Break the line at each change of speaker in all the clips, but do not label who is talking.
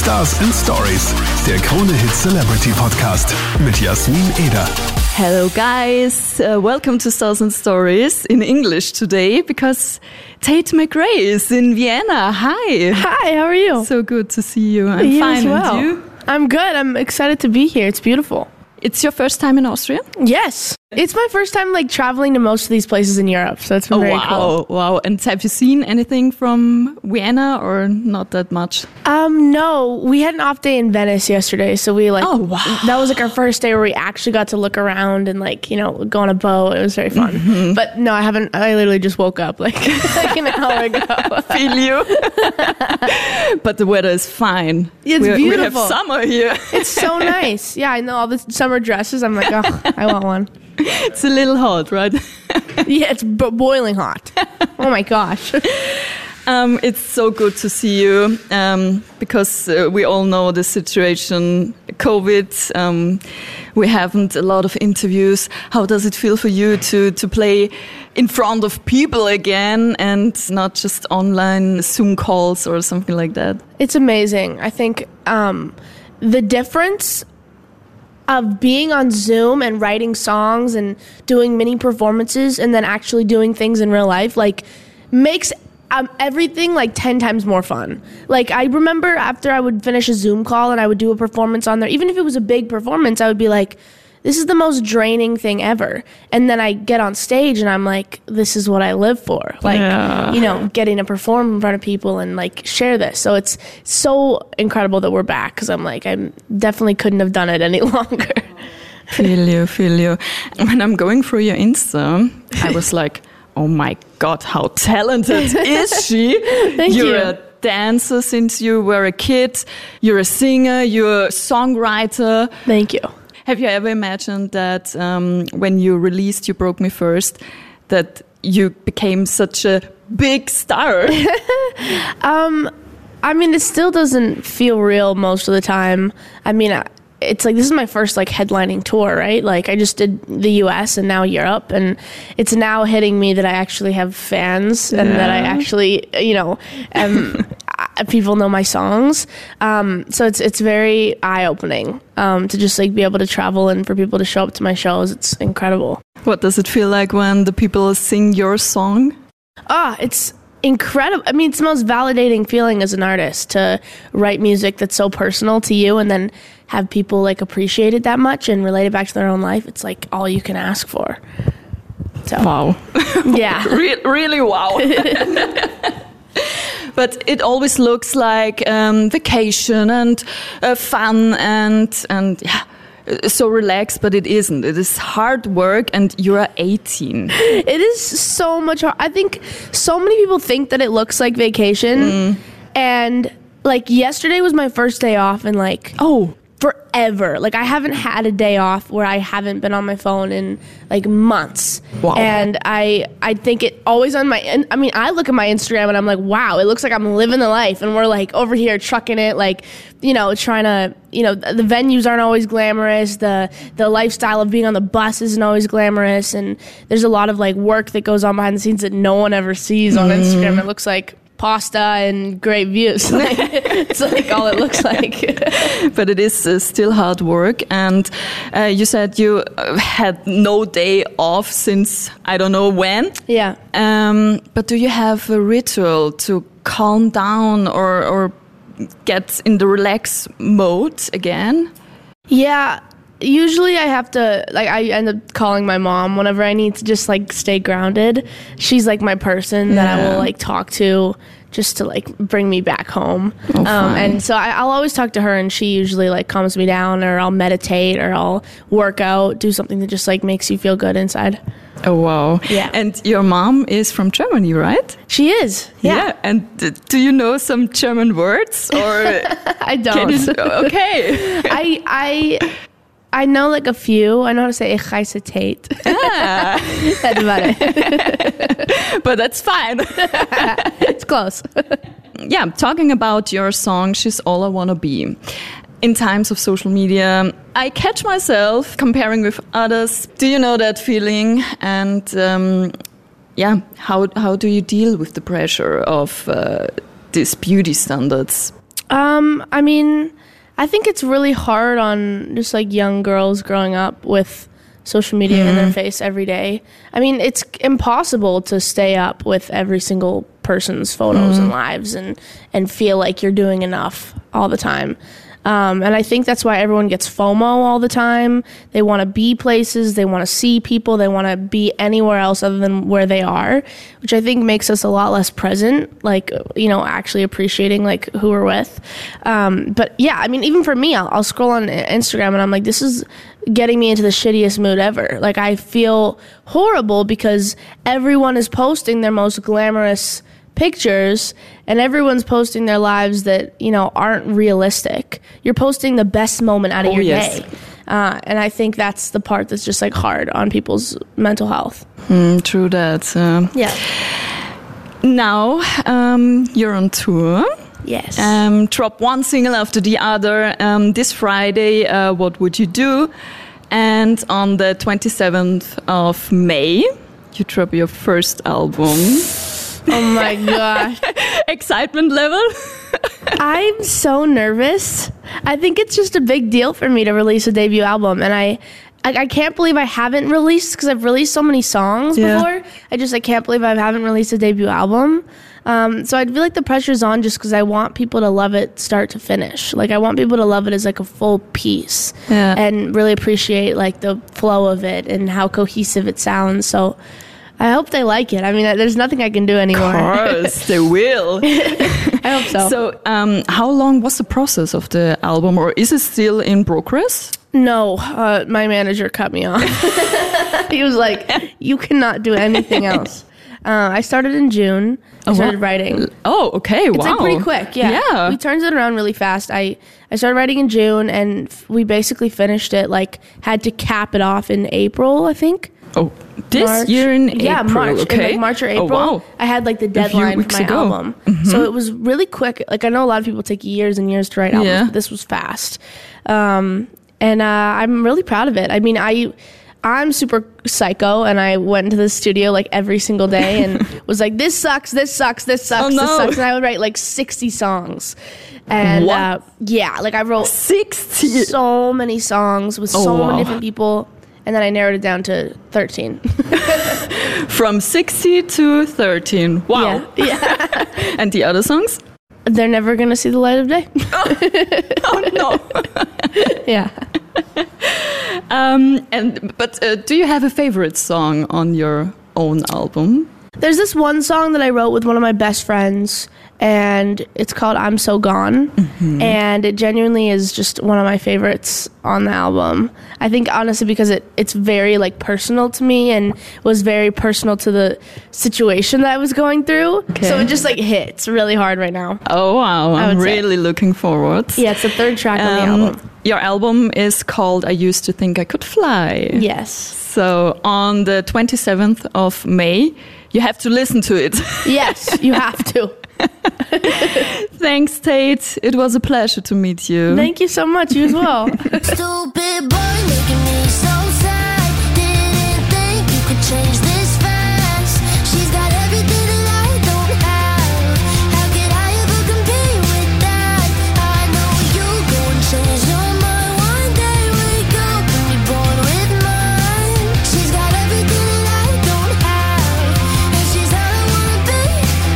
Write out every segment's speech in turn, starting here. Stars and Stories, der Krone Hit Celebrity Podcast mit Jasmin Eder.
Hello, guys. Uh, welcome to Stars and Stories in English today because Tate McRae is in Vienna. Hi.
Hi, how are you?
So good to see you. I'm
You
fine.
as well.
And you?
I'm good. I'm excited to be here. It's beautiful.
It's your first time in Austria?
Yes. It's my first time like traveling to most of these places in Europe, so it's been very cool.
Oh, wow. Wow. And have you seen anything from Vienna or not that much?
Um no, we had an off day in Venice yesterday, so we like
Oh, wow.
That was like our first day where we actually got to look around and like, you know, go on a boat. It was very fun.
Mm-hmm.
But no, I haven't I literally just woke up like like an hour ago.
Feel you. but the weather is fine.
It's
We're- We have
beautiful.
summer here.
It's so nice. Yeah, I know all the summer dresses. I'm like, "Oh, I want one."
It's a little hot, right?
Yeah, it's b- boiling hot. Oh my gosh.
Um, it's so good to see you um, because uh, we all know the situation, COVID. Um, we haven't a lot of interviews. How does it feel for you to, to play in front of people again and not just online Zoom calls or something like that?
It's amazing. I think um, the difference of being on Zoom and writing songs and doing mini performances and then actually doing things in real life, like, makes um, everything like 10 times more fun. Like, I remember after I would finish a Zoom call and I would do a performance on there, even if it was a big performance, I would be like, this is the most draining thing ever. And then I get on stage and I'm like, this is what I live for. Like,
Yeah.
you know, getting to perform in front of people and like share this. So it's so incredible that we're back because I'm like, I definitely couldn't have done it any longer.
Feel you, feel you. When I'm going through your Insta, I was like, oh my God, how talented is she?
Thank
you're
you.
a dancer since you were a kid, you're a singer, you're a songwriter.
Thank you.
Have you ever imagined that um, when you released You Broke Me First, that you became such a big star?
I mean, it still doesn't feel real most of the time. I mean, I- it's like this is my first like headlining tour, right? Like I just did the U.S. and now Europe, and it's now hitting me that I actually have fans and that I actually, you know, um, I- people know my songs. Um, so it's it's very eye opening um, to just like be able to travel and for people to show up to my shows. It's incredible.
what does it feel like when the people sing your song?
Ah, it's incredible. I mean, it's the most validating feeling as an artist to write music that's so personal to you and then have people like appreciate it that much and relate it back to their own life. It's like all you can ask for. So,
Wow.
yeah.
Re- really wow. but it always looks like um, vacation and uh, fun and and yeah. uh, So relaxed, but it isn't. It is hard work, and you're 18.
It is so much hard. I think so many people think that it looks like vacation. And like yesterday was my first day off and like
Oh,
forever. Like I haven't had a day off where I haven't been on my phone in like months.
Wow.
And I I think it always on my and I mean I look at my Instagram and I'm like, wow, it looks like I'm living the life and we're like over here trucking it like, you know, trying to, you know, the, the venues aren't always glamorous, the the lifestyle of being on the bus isn't always glamorous and there's a lot of like work that goes on behind the scenes that no one ever sees on Instagram. It looks like pasta and great views. Like, it's like all it looks like.
but it is uh, still hard work. And uh, you said you uh, had no day off since I don't know when.
yeah.
Um, but do you have a ritual to calm down or, or get in the relax mode again?
Yeah. Usually I have to like I end up calling my mom whenever I need to just like stay grounded. She's like my person that I
Yeah.
will like talk to just to like bring me back home. um
Oh, fine.
and so I, I'll always talk to her and she usually like calms me down or I'll meditate or I'll work out, do something that just like makes you feel good inside.
Oh wow!
Yeah.
And your mom is from Germany, right?
She is. Yeah.
And d- do you know some German words or?
I
can
don't.
you, okay.
I I I know like a few. I know how to say ich heiße Tate.
Ah.
That's about it.
but that's fine.
It's close.
yeah, talking about your song, She's All I Wanna Be. In times of social media, I catch myself comparing with others. Do you know that feeling? And um, yeah, how, how do you deal with the pressure of uh, these beauty standards?
Um, I mean, I think it's really hard on just like young girls growing up with social media in their face every day. I mean, it's impossible to stay up with every single person's photos and lives and and feel like you're doing enough all the time. Um, and I think that's why everyone gets FOMO all the time. They want to be places, they want to see people, they want to be anywhere else other than where they are, which I think makes us a lot less present, like, you know, actually appreciating like who we're with. Um, but yeah, I mean, even for me, I'll, I'll scroll on Instagram and I'm like, this is getting me into the shittiest mood ever. Like, I feel horrible because everyone is posting their most glamorous pictures and everyone's posting their lives that you know aren't realistic you're posting the best moment out of
Oh,
your
yes.
day uh, and i think that's the part that's just like hard on people's mental health
Mm, true that. Um,
yeah
now um, you're on tour.
yes
Um, drop one single after the other. Um, this Friday, uh, what would you do? And on the 27th of May, you drop your first album.
oh my gosh
Excitement level?
i'm so nervous i think it's just a big deal for me to release a debut album and i I, I can't believe I haven't released because I've released so many songs
Yeah.
before. I just I can't believe I haven't released a debut album. Um, so I feel like the pressure's on just because I want people to love it start to finish. Like I want people to love it as like a full piece
Yeah.
and really appreciate like the flow of it and how cohesive it sounds. So I hope they like it. I mean, I- there's nothing I can do anymore.
Of course, they will.
I hope so.
So, um, how long was the process of the album, or is it still in progress?
No, uh, my manager cut me off. he was like, "You cannot do anything else." Uh, I started in June. I
wow.
started writing.
Oh, okay, wow.
It's like pretty quick, yeah.
Yeah.
We turned it around really fast. I I started writing in June, and f- we basically finished it. Like had to cap it off in April, I think.
oh, this
March.
year in April.
yeah, March, in,
Okay.
like March or
Oh,
April.
wow.
I had like the
few
deadline for
weeks
my
ago. Mm-hmm.
album, so it was really quick. Like I know a lot of people take years and years to write albums,
Yeah.
but this was fast, um, and uh, I'm really proud of it. I mean, I. I'm super psycho, and I went to the studio like every single day and was like, "This sucks, this sucks, this sucks, this
Oh, no.
sucks," and I would write like 60 songs, and
What?
Uh, yeah, like I wrote
60.
so many songs with
Oh,
so
wow.
many different people, and then I narrowed it down to 13.
From 60 to 13. Wow.
Yeah. yeah.
And the other songs?
They're never going to see the light of day.
Oh, no.
yeah.
um, and, but uh, do you have a favorite song on your own album?
There's this one song that I wrote with one of my best friends, and it's called I'm So Gone. And it genuinely is just one of my favorites on the album. I think, honestly, because it, it's very, like, personal to me and was very personal to the situation that I was going through. So
Okay.
it just, like, hits really hard right now.
Oh, wow. I'm
would say-
really looking forward.
Yeah, it's the third track on
Um,
the album.
Your album is called I Used to Think I Could Fly.
Yes.
So on the 27th of May, you have to listen to it.
Yes, you have to.
Thanks, Tate. It was a pleasure to meet you.
Thank you so much. You as well.
Stupid boy making me so sad. Didn't think you could change this fast. She's got everything that I don't have. How could I ever compete with that? I know you go and change your mind. One day wake up and be born with mine. She's got everything that I don't have. And she's all I wanna be.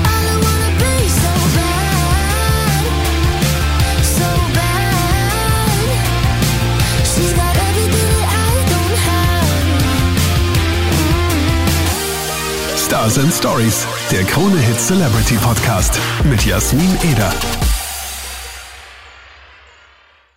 All I wanna be so bad. So bad. She's got everything that I don't have.
Stars and Stories, der Krone Hit Celebrity Podcast mit Jasmin Eder.